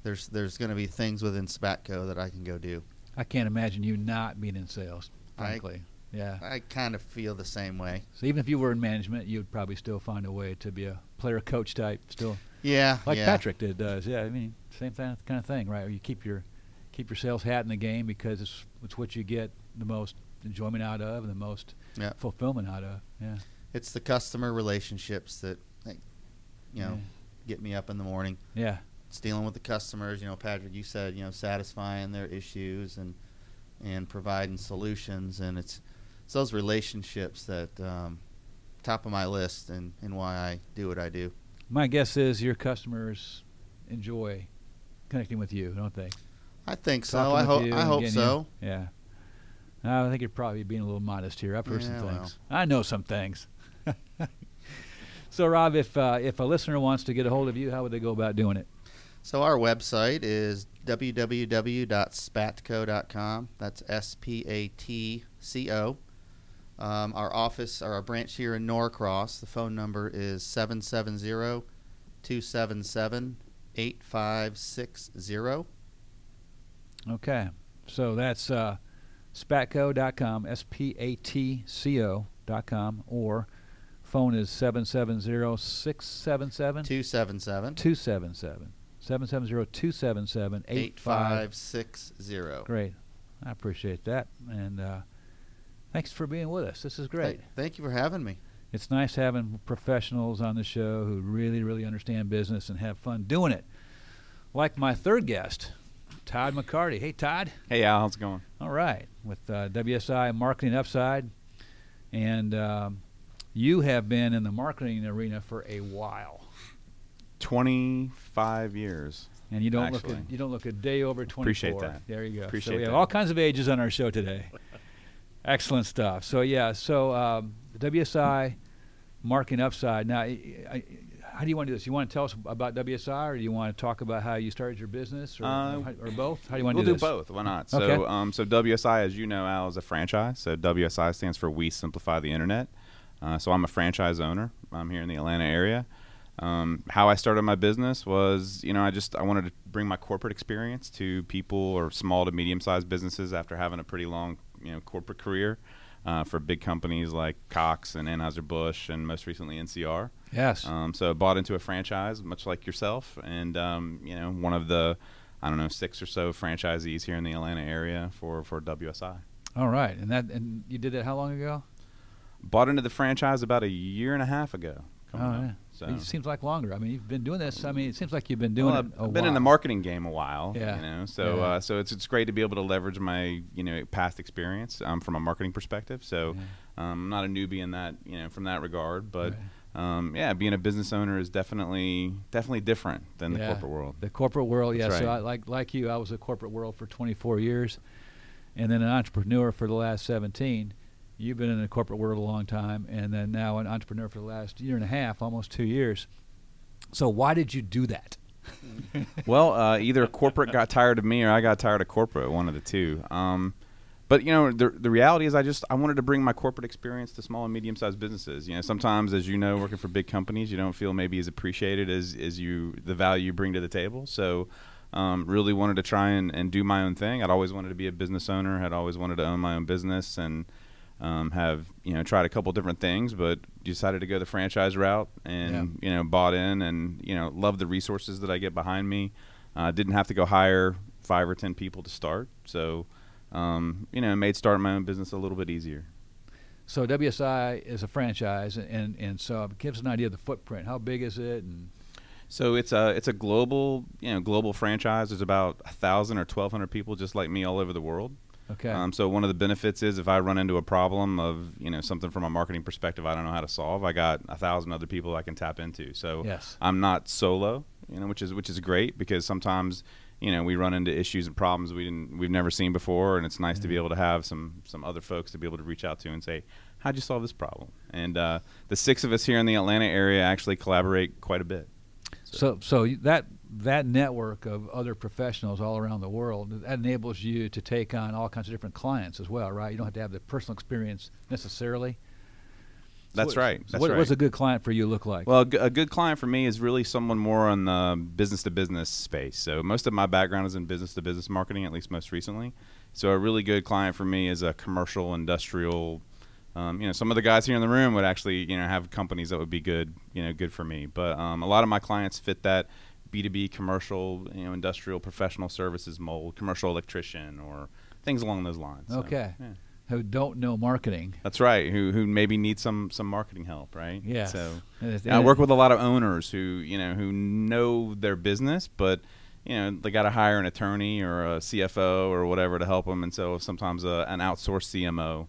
[SPEAKER 4] there's there's going to be things within spatco that i can go do
[SPEAKER 1] I can't imagine you not being in sales,
[SPEAKER 4] I-
[SPEAKER 1] frankly. yeah.
[SPEAKER 4] i kind of feel the same way
[SPEAKER 1] So even if you were in management, you'd probably still find a way to be a player coach type, still
[SPEAKER 4] yeah
[SPEAKER 1] like
[SPEAKER 4] yeah.
[SPEAKER 1] Patrick did. Does yeah? I mean, same thing, kind of thing, right? You keep your keep your sales hat in the game because it's it's what you get the most enjoyment out of and the most
[SPEAKER 4] Yeah.
[SPEAKER 1] fulfillment out of. Yeah.
[SPEAKER 4] it's the customer relationships that like, you know get me up in the morning
[SPEAKER 1] Yeah.
[SPEAKER 4] it's dealing with the customers you know patrick you said you know satisfying their issues and and providing solutions and it's it's those relationships that um, top of my list and and why i do what i do
[SPEAKER 1] My guess is your customers enjoy connecting with you, don't they?
[SPEAKER 4] i think so
[SPEAKER 1] Talking
[SPEAKER 4] i
[SPEAKER 1] with
[SPEAKER 4] hope
[SPEAKER 1] you
[SPEAKER 4] i
[SPEAKER 1] and
[SPEAKER 4] hope
[SPEAKER 1] getting
[SPEAKER 4] so
[SPEAKER 1] you- Yeah. No, I think you're probably being a little modest here. I've heard
[SPEAKER 4] Yeah,
[SPEAKER 1] some
[SPEAKER 4] well.
[SPEAKER 1] things. I know some things. so, Rob, if uh, if a listener wants to get a hold of you, how would they go about doing it?
[SPEAKER 4] So our website is www.spatco.com. That's S P A T C O. Um, our office, or our branch here in Norcross, the phone number is 770 277 8560.
[SPEAKER 1] Okay. So that's uh, spatco.com, S P A T C O.com, or phone is 770 677
[SPEAKER 4] 277
[SPEAKER 1] 277 770 277
[SPEAKER 4] 8560.
[SPEAKER 1] Great. I appreciate that. And uh, thanks for being with us. This is great.
[SPEAKER 4] Thank you for having me.
[SPEAKER 1] It's nice having professionals on the show who really, really understand business and have fun doing it. Like my third guest, Todd McCarty. Hey, Todd.
[SPEAKER 3] Hey, Al, how's it going?
[SPEAKER 1] All right. With uh, WSI Marketing Upside. And um, you have been in the marketing arena for a while.
[SPEAKER 3] 25 years.
[SPEAKER 1] And you don't look
[SPEAKER 3] Actually.
[SPEAKER 1] a, you don't look a day over twenty four.
[SPEAKER 3] Appreciate that.
[SPEAKER 1] There you go. so
[SPEAKER 3] Appreciate
[SPEAKER 1] we have
[SPEAKER 3] that.
[SPEAKER 1] all kinds of ages on our show today. Excellent stuff. So yeah, so um, WSI marking upside. Now, I, I, how do you want to do this? You want to tell us about WSI, or do you want to talk about how you started your business, or,
[SPEAKER 3] Uh,
[SPEAKER 1] how- or both? How do you want to
[SPEAKER 3] we'll
[SPEAKER 1] do
[SPEAKER 3] do,
[SPEAKER 1] this?
[SPEAKER 3] both. Why not?
[SPEAKER 1] Okay.
[SPEAKER 3] So, um, so WSI, as you know, Al is a franchise. So WSI stands for We Simplify the Internet. Uh, so I'm a franchise owner. I'm here in the Atlanta area. Um, how I started my business was, you know, I just I wanted to bring my corporate experience to people or small to medium sized businesses after having a pretty long, you know, corporate career. uh, for big companies like Cox and Anheuser-Busch and most recently NCR.
[SPEAKER 1] Yes.
[SPEAKER 3] Um, so bought into a franchise, much like yourself, and um, you know one of the I don't know six or so franchisees here in the Atlanta area for for WSI.
[SPEAKER 1] All right, and that and you did that how long ago?
[SPEAKER 3] Bought into the franchise about a year and a half ago. coming
[SPEAKER 1] Oh,
[SPEAKER 3] up.
[SPEAKER 1] yeah.
[SPEAKER 3] So.
[SPEAKER 1] It seems like longer. I mean, you've been doing this. I mean, it seems like you've been doing
[SPEAKER 3] Well,
[SPEAKER 1] it.
[SPEAKER 3] I've
[SPEAKER 1] a
[SPEAKER 3] been in the
[SPEAKER 1] while.
[SPEAKER 3] marketing game a while.
[SPEAKER 1] Yeah.
[SPEAKER 3] You know, so
[SPEAKER 1] Yeah.
[SPEAKER 3] uh, so it's it's great to be able to leverage my you know past experience um, from a marketing perspective. So
[SPEAKER 1] Yeah.
[SPEAKER 3] um, I'm not a newbie in that you know from that regard, but.
[SPEAKER 1] Right.
[SPEAKER 3] Um, yeah, being a business owner is definitely definitely different than the
[SPEAKER 1] Yeah.
[SPEAKER 3] corporate world.
[SPEAKER 1] The corporate world, yeah.
[SPEAKER 3] That's
[SPEAKER 1] So
[SPEAKER 3] right.
[SPEAKER 1] I, like like you, I was a corporate world for 24 years, and then an entrepreneur for the last 17. You've been in the corporate world a long time, and then now an entrepreneur for the last year and a half, almost two years. So why did you do that?
[SPEAKER 3] well, uh, either corporate got tired of me or I got tired of corporate, one of the two. Um, but you know, the the reality is, I just I wanted to bring my corporate experience to small and medium sized businesses. You know, sometimes, as you know, working for big companies, you don't feel maybe as appreciated as as you the value you bring to the table. So. Um, really wanted to try and, and do my own thing. I'd always wanted to be a business owner. Had always wanted to own my own business and um, have you know tried a couple different things, but decided to go the franchise route and
[SPEAKER 1] Yeah.
[SPEAKER 3] you know bought in and you know love the resources that I get behind me. Uh, didn't have to go hire five or ten people to start, so um, you know it made starting my own business a little bit easier.
[SPEAKER 1] So WSI is a franchise, and and, and so it gives an idea of the footprint. How big is it? And
[SPEAKER 3] So it's a it's a global you know global franchise. There's about a thousand or twelve hundred people just like me all over the world.
[SPEAKER 1] okay,
[SPEAKER 3] Um, so one of the benefits is if I run into a problem of you know something from a marketing perspective I don't know how to solve, I got a thousand other people I can tap into. So
[SPEAKER 1] Yes.
[SPEAKER 3] I'm not solo, you know, which is which is great because sometimes you know we run into issues and problems we didn't we've never seen before, and it's nice to be
[SPEAKER 1] Mm-hmm.
[SPEAKER 3] able to have some some other folks to be able to reach out to and say, "How'd you solve this problem?" And uh, the six of us here in the Atlanta area actually collaborate quite a bit.
[SPEAKER 1] so so you- that that network of other professionals all around the world that enables you to take on all kinds of different clients as well, right? You don't have to have the personal experience necessarily.
[SPEAKER 3] That's
[SPEAKER 1] what-
[SPEAKER 3] right.
[SPEAKER 1] so
[SPEAKER 3] That's
[SPEAKER 1] what,
[SPEAKER 3] right.
[SPEAKER 1] What's a good client for you look like?
[SPEAKER 3] Well, a g- a good client for me is really someone more on the business to business space. So most of my background is in business to business marketing, at least most recently. So a really good client for me is a commercial, industrial. Um, you know, some of the guys here in the room would actually you know have companies that would be good you know good for me. But um, a lot of my clients fit that B two B commercial, you know, industrial professional services mold, commercial electrician or things along those lines. So,
[SPEAKER 1] Okay.
[SPEAKER 3] yeah.
[SPEAKER 1] who don't know marketing.
[SPEAKER 3] That's right. Who who maybe needs some some marketing help, right?
[SPEAKER 1] Yes.
[SPEAKER 3] So
[SPEAKER 1] And it's-
[SPEAKER 3] and I work with a lot of owners who you know who know their business, but you know they got to hire an attorney or a CFO or whatever to help them, and so sometimes uh an outsourced CMO,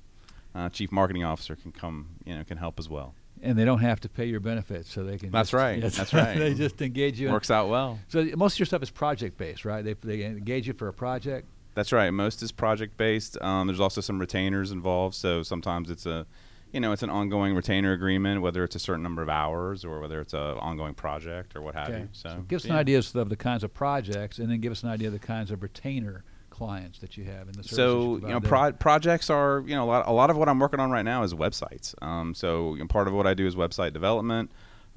[SPEAKER 3] uh, chief marketing officer, can come you know can help as well.
[SPEAKER 1] and they don't have to pay your benefits, so they can.
[SPEAKER 3] That's
[SPEAKER 1] just-
[SPEAKER 3] right.
[SPEAKER 1] yes,
[SPEAKER 3] That's right.
[SPEAKER 1] they just engage you. in-
[SPEAKER 3] Works out well.
[SPEAKER 1] So most of your stuff is project based, right? They they engage you for a project.
[SPEAKER 3] That's right. Most is project based. Um, there's also some retainers involved, so sometimes it's a you know it's an ongoing retainer agreement, whether it's a certain number of hours or whether it's a ongoing project or what have you. So,
[SPEAKER 1] give us
[SPEAKER 3] yeah.
[SPEAKER 1] an idea of the kinds of projects, and then give us an idea of the kinds of retainer clients that you have in the services
[SPEAKER 3] so
[SPEAKER 1] you
[SPEAKER 3] you know
[SPEAKER 1] provide
[SPEAKER 3] pro- projects are you know a lot, a lot of what i'm working on right now is websites um, so you know, part of what i do is website development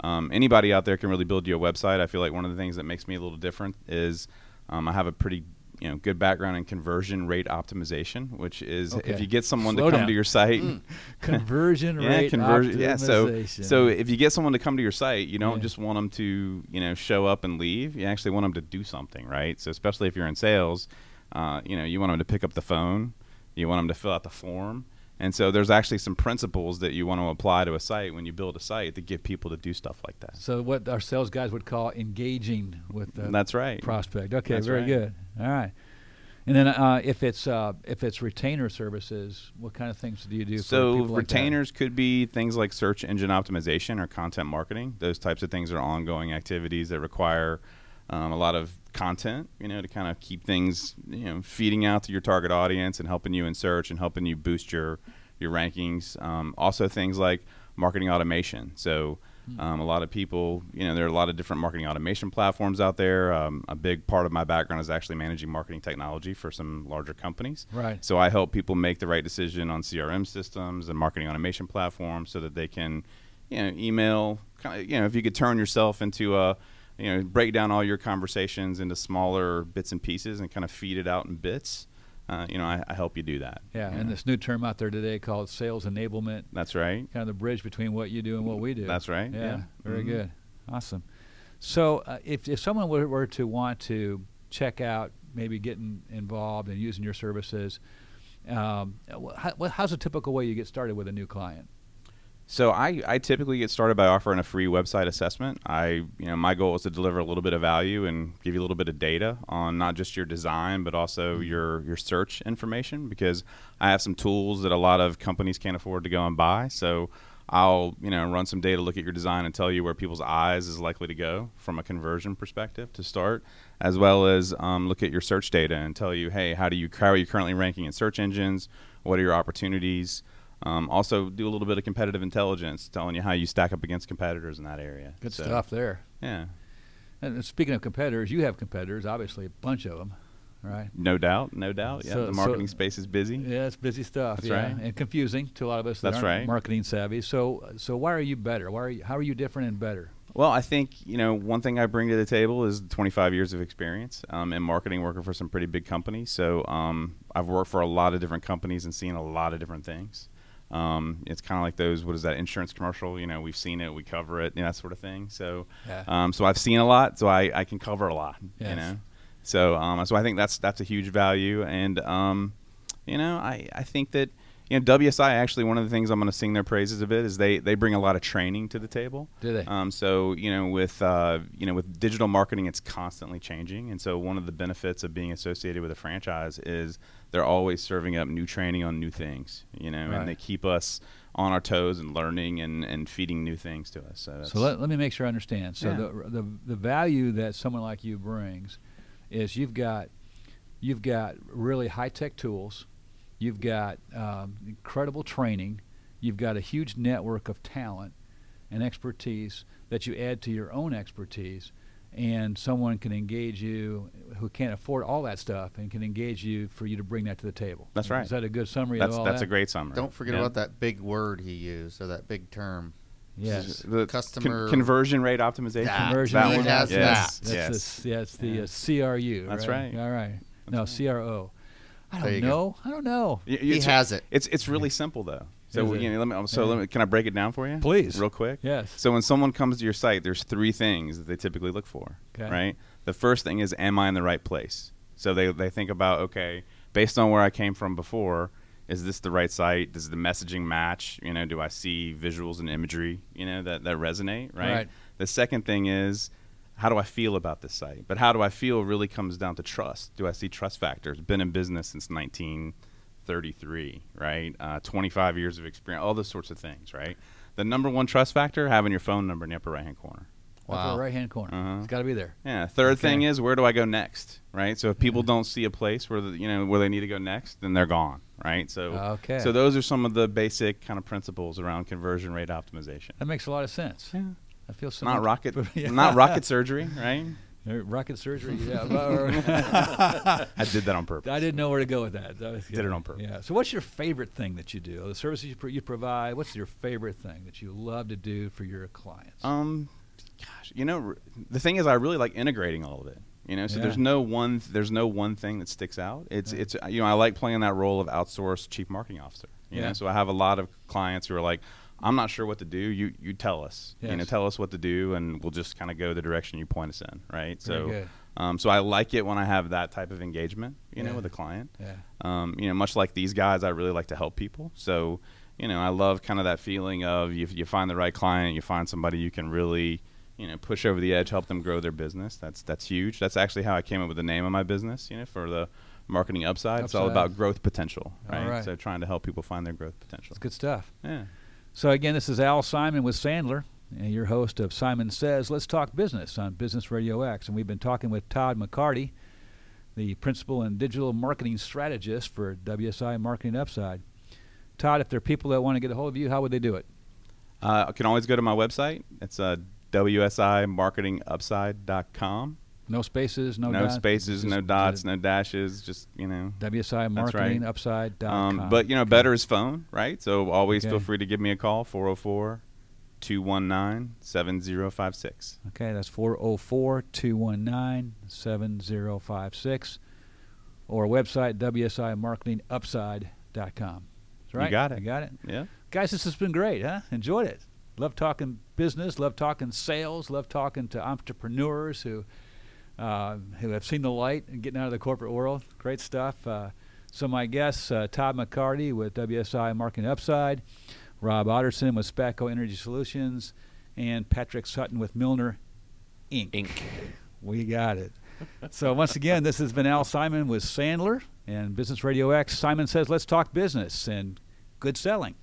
[SPEAKER 3] um, anybody out there can really build you a website i feel like one of the things that makes me a little different is um, i have a pretty you know good background in conversion rate optimization which is
[SPEAKER 1] Okay.
[SPEAKER 3] if you get someone
[SPEAKER 1] Slow
[SPEAKER 3] to come
[SPEAKER 1] down.
[SPEAKER 3] to your site
[SPEAKER 1] there. conversion
[SPEAKER 3] yeah,
[SPEAKER 1] rate
[SPEAKER 3] conversion.
[SPEAKER 1] optimization.
[SPEAKER 3] Yeah, so so if you get someone to come to your site, you don't
[SPEAKER 1] Yeah.
[SPEAKER 3] just want them to you know show up and leave. You actually want them to do something, right? So especially if you're in sales, uh, you know you want them to pick up the phone, you want them to fill out the form, and so there's actually some principles that you want to apply to a site when you build a site to get people to do stuff like that.
[SPEAKER 1] So what our sales guys would call engaging with the
[SPEAKER 3] That's right.
[SPEAKER 1] prospect. Okay,
[SPEAKER 3] That's
[SPEAKER 1] very
[SPEAKER 3] right.
[SPEAKER 1] good. All right. And then uh, if it's uh, if it's retainer services, what kind of things do you do? for
[SPEAKER 3] So
[SPEAKER 1] people like that?
[SPEAKER 3] retainers could be things like search engine optimization or content marketing. Those types of things are ongoing activities that require um, a lot of content, you know, to kind of keep things, you know, feeding out to your target audience and helping you in search and helping you boost your your rankings. Um, also, things like marketing automation. So
[SPEAKER 1] Hmm.
[SPEAKER 3] um, a lot of people, you know, there are a lot of different marketing automation platforms out there. Um, a big part of my background is actually managing marketing technology for some larger companies.
[SPEAKER 1] Right.
[SPEAKER 3] So I help people make the right decision on CRM systems and marketing automation platforms so that they can, you know, email. Kind of, you know, if you could turn yourself into a, you know, break down all your conversations into smaller bits and pieces and kind of feed it out in bits. uh, you know, I, I help you do that.
[SPEAKER 1] Yeah,
[SPEAKER 3] you
[SPEAKER 1] and
[SPEAKER 3] know.
[SPEAKER 1] this new term out there today called sales enablement,
[SPEAKER 3] That's right.
[SPEAKER 1] kind of the bridge between what you do and what we do.
[SPEAKER 3] That's right.
[SPEAKER 1] Yeah,
[SPEAKER 3] yeah.
[SPEAKER 1] very
[SPEAKER 3] Mhm.
[SPEAKER 1] good. Awesome. So, uh, if, if someone were, were to want to check out maybe getting involved and using your services, um, wh- how, wh- how's a typical way you get started with a new client?
[SPEAKER 3] So I, I typically get started by offering a free website assessment. I you know my goal is to deliver a little bit of value and give you a little bit of data on not just your design but also your your search information because I have some tools that a lot of companies can't afford to go and buy. So I'll you know run some data, look at your design, and tell you where people's eyes is likely to go from a conversion perspective to start, as well as um, look at your search data and tell you hey how do you how are you currently ranking in search engines? What are your opportunities? Um, also, do a little bit of competitive intelligence, telling you how you stack up against competitors in that area.
[SPEAKER 1] Good
[SPEAKER 3] So,
[SPEAKER 1] stuff there.
[SPEAKER 3] Yeah,
[SPEAKER 1] And and speaking of competitors, you have competitors, obviously a bunch of them, right?
[SPEAKER 3] no doubt, no doubt. Yeah,
[SPEAKER 1] So-
[SPEAKER 3] the
[SPEAKER 1] so-
[SPEAKER 3] marketing space is busy.
[SPEAKER 1] Yeah, it's busy stuff.
[SPEAKER 3] Mm-hmm. That's
[SPEAKER 1] yeah,
[SPEAKER 3] right.
[SPEAKER 1] and confusing to a lot of us that
[SPEAKER 3] That's
[SPEAKER 1] aren't
[SPEAKER 3] right.
[SPEAKER 1] marketing savvy. So, so why are you better? Why are you, how are you different and better?
[SPEAKER 3] Well, I think you know one thing I bring to the table is 25 years of experience um, in marketing, working for some pretty big companies. So um, I've worked for a lot of different companies and seen a lot of different things. Um, it's kind of like those what is that insurance commercial? You know, we've seen it, we cover it, you know, that sort of thing. So,
[SPEAKER 1] Yeah.
[SPEAKER 3] um, so I've seen a lot, so I, I can cover a lot.
[SPEAKER 1] Yes.
[SPEAKER 3] You know, so um, so I think that's that's a huge value, and um, you know, I I think that. You know, WSI actually one of the things I'm going to sing their praises a bit is they, they bring a lot of training to the table.
[SPEAKER 1] Do they?
[SPEAKER 3] Um, so you know, with uh, you know, with digital marketing, it's constantly changing, and so one of the benefits of being associated with a franchise is they're always serving up new training on new things. You know,
[SPEAKER 1] Right.
[SPEAKER 3] and they keep us on our toes and learning and, and feeding new things to us. So, that's,
[SPEAKER 1] So let, let me make sure I understand. So
[SPEAKER 3] Yeah.
[SPEAKER 1] the, the the value that someone like you brings is you've got you've got really high tech tools, you've got um, incredible training, you've got a huge network of talent and expertise that you add to your own expertise, and someone can engage you who can't afford all that stuff and can engage you for you to bring that to the table.
[SPEAKER 3] That's right.
[SPEAKER 1] Is that a good summary
[SPEAKER 3] that's
[SPEAKER 1] of all
[SPEAKER 3] that's
[SPEAKER 1] that?
[SPEAKER 3] a great summary.
[SPEAKER 4] Don't forget
[SPEAKER 3] Yeah.
[SPEAKER 4] about that big word he used or that big term.
[SPEAKER 1] yes.
[SPEAKER 3] The con-
[SPEAKER 4] Customer-
[SPEAKER 3] conversion rate optimization.
[SPEAKER 4] That.
[SPEAKER 1] Conversion
[SPEAKER 3] Ah, that
[SPEAKER 1] rate
[SPEAKER 3] one.
[SPEAKER 4] That's
[SPEAKER 3] yes.
[SPEAKER 1] That's
[SPEAKER 3] yes.
[SPEAKER 1] the s- yeah, it's the
[SPEAKER 3] Yeah.
[SPEAKER 1] uh, CRU.
[SPEAKER 3] That's
[SPEAKER 1] right.
[SPEAKER 3] right.
[SPEAKER 1] All right. No,
[SPEAKER 3] right.
[SPEAKER 1] CRO. I
[SPEAKER 4] There
[SPEAKER 1] don't
[SPEAKER 4] you go.
[SPEAKER 1] know. I don't know.
[SPEAKER 3] Y- y-
[SPEAKER 4] He
[SPEAKER 3] it's-
[SPEAKER 4] has it.
[SPEAKER 3] It's it's really simple though. So
[SPEAKER 1] Is it?
[SPEAKER 3] you know, let me. So
[SPEAKER 1] Yeah.
[SPEAKER 3] let me. Can I break it down for you?
[SPEAKER 1] Please.
[SPEAKER 3] Real quick.
[SPEAKER 1] Yes.
[SPEAKER 3] So when someone comes to your site, there's three things that they typically look for.
[SPEAKER 1] 'Kay.
[SPEAKER 3] Right. The first thing is, am I in the right place? So they they think about, okay, based on where I came from before, is this the right site? Does the messaging match? You know, do I see visuals and imagery? You know, that that resonate. Right.
[SPEAKER 1] Right.
[SPEAKER 3] The second thing is. How do I feel about this site? But how do I feel really comes down to trust. Do I see trust factors? Been in business since 1933, right? Uh, 25 years of experience, all those sorts of things, right? The number one trust factor, having your phone number in the upper right hand corner.
[SPEAKER 1] Upper
[SPEAKER 4] Wow.
[SPEAKER 1] right hand corner.
[SPEAKER 3] Uh-huh.
[SPEAKER 1] It's got to be there.
[SPEAKER 3] Yeah. Third
[SPEAKER 1] Okay.
[SPEAKER 3] thing is where do I go next, right? So if people don't see a place where the, you know where they need to go next, then they're gone, right? So
[SPEAKER 1] Okay.
[SPEAKER 3] so those are some of the basic kind of principles around conversion rate optimization.
[SPEAKER 1] That makes a lot of sense.
[SPEAKER 3] Yeah.
[SPEAKER 1] I feel so
[SPEAKER 3] Not
[SPEAKER 1] much-
[SPEAKER 3] rocket,
[SPEAKER 1] Yeah.
[SPEAKER 3] not rocket surgery, right?
[SPEAKER 1] Uh, rocket surgery. Yeah. but-
[SPEAKER 3] I did that on purpose.
[SPEAKER 1] I didn't know where to go with that. That was-
[SPEAKER 3] Did it on purpose.
[SPEAKER 1] Yeah. So, what's your favorite thing that you do? The services you, pro- you provide. What's your favorite thing that you love to do for your clients?
[SPEAKER 3] Um, gosh, you know, r- the thing is, I really like integrating all of it. You know, so
[SPEAKER 1] Yeah.
[SPEAKER 3] there's no one there's no one thing that sticks out. It's
[SPEAKER 1] Yeah.
[SPEAKER 3] it's uh, you know I like playing that role of outsourced chief marketing officer. You
[SPEAKER 1] Yeah.
[SPEAKER 3] know, so I have a lot of clients who are like, I'm not sure what to do. You you tell us. You know,
[SPEAKER 1] Yes.
[SPEAKER 3] tell us what to do, and we'll just kind of go the direction you point us in.
[SPEAKER 1] Very
[SPEAKER 3] Right. so,
[SPEAKER 1] good.
[SPEAKER 3] um, so I like it when I have that type of engagement. You
[SPEAKER 1] Yeah.
[SPEAKER 3] know, with a client
[SPEAKER 1] Yeah.
[SPEAKER 3] um, you know, much like these guys, I really like to help people. So, you know, I love kind of that feeling of you, you find the right client, you find somebody you can really, you know, push over the edge, help them grow their business. That's that's huge. That's actually how I came up with the name of my business. You know, for the marketing upside, it's all
[SPEAKER 1] Upside.
[SPEAKER 3] about growth potential,
[SPEAKER 1] All
[SPEAKER 3] right?
[SPEAKER 1] right.
[SPEAKER 3] So trying to help people find their growth potential.
[SPEAKER 1] It's good stuff.
[SPEAKER 3] Yeah.
[SPEAKER 1] So, again, this is Al Simon with Sandler, and your host of Simon Says Let's Talk Business on Business Radio X. And we've been talking with Todd McCarty, the principal and digital marketing strategist for WSI Marketing Upside. Todd, if there are people that want to get a hold of you, how would they do it?
[SPEAKER 3] Uh, you can always go to my website. It's uh, wsimarketingupside.com.
[SPEAKER 1] No spaces, no
[SPEAKER 3] No,
[SPEAKER 1] dot-
[SPEAKER 3] spaces,
[SPEAKER 1] just-
[SPEAKER 3] no dots, no dashes. Just you know,
[SPEAKER 1] WSI
[SPEAKER 3] That's right.
[SPEAKER 1] Marketing Upside. dot
[SPEAKER 3] Um,
[SPEAKER 1] com.
[SPEAKER 3] but you know, better is phone, right? So always
[SPEAKER 1] Okay.
[SPEAKER 3] feel free to give me a call 404 219 7056.
[SPEAKER 1] Okay, that's 404 219 7056. or website wsimarketingupside.com. That's right.
[SPEAKER 3] got it.
[SPEAKER 1] You got it.
[SPEAKER 3] Yeah.
[SPEAKER 1] Guys, this has been great, huh? Enjoyed it. Love talking business, love talking sales, love talking to entrepreneurs who uh, who have seen the light and getting out of the corporate world. Great stuff. Uh, so my guests, uh, Todd McCarty with WSI Marketing Upside, Rob Otterson with Spaco Energy Solutions, and Patrick Sutton with Milner Inc.
[SPEAKER 2] Inc.
[SPEAKER 1] We got it. So once again, this has been Al Simon with Sandler and Business Radio X. Simon says, "Let's talk business and good selling."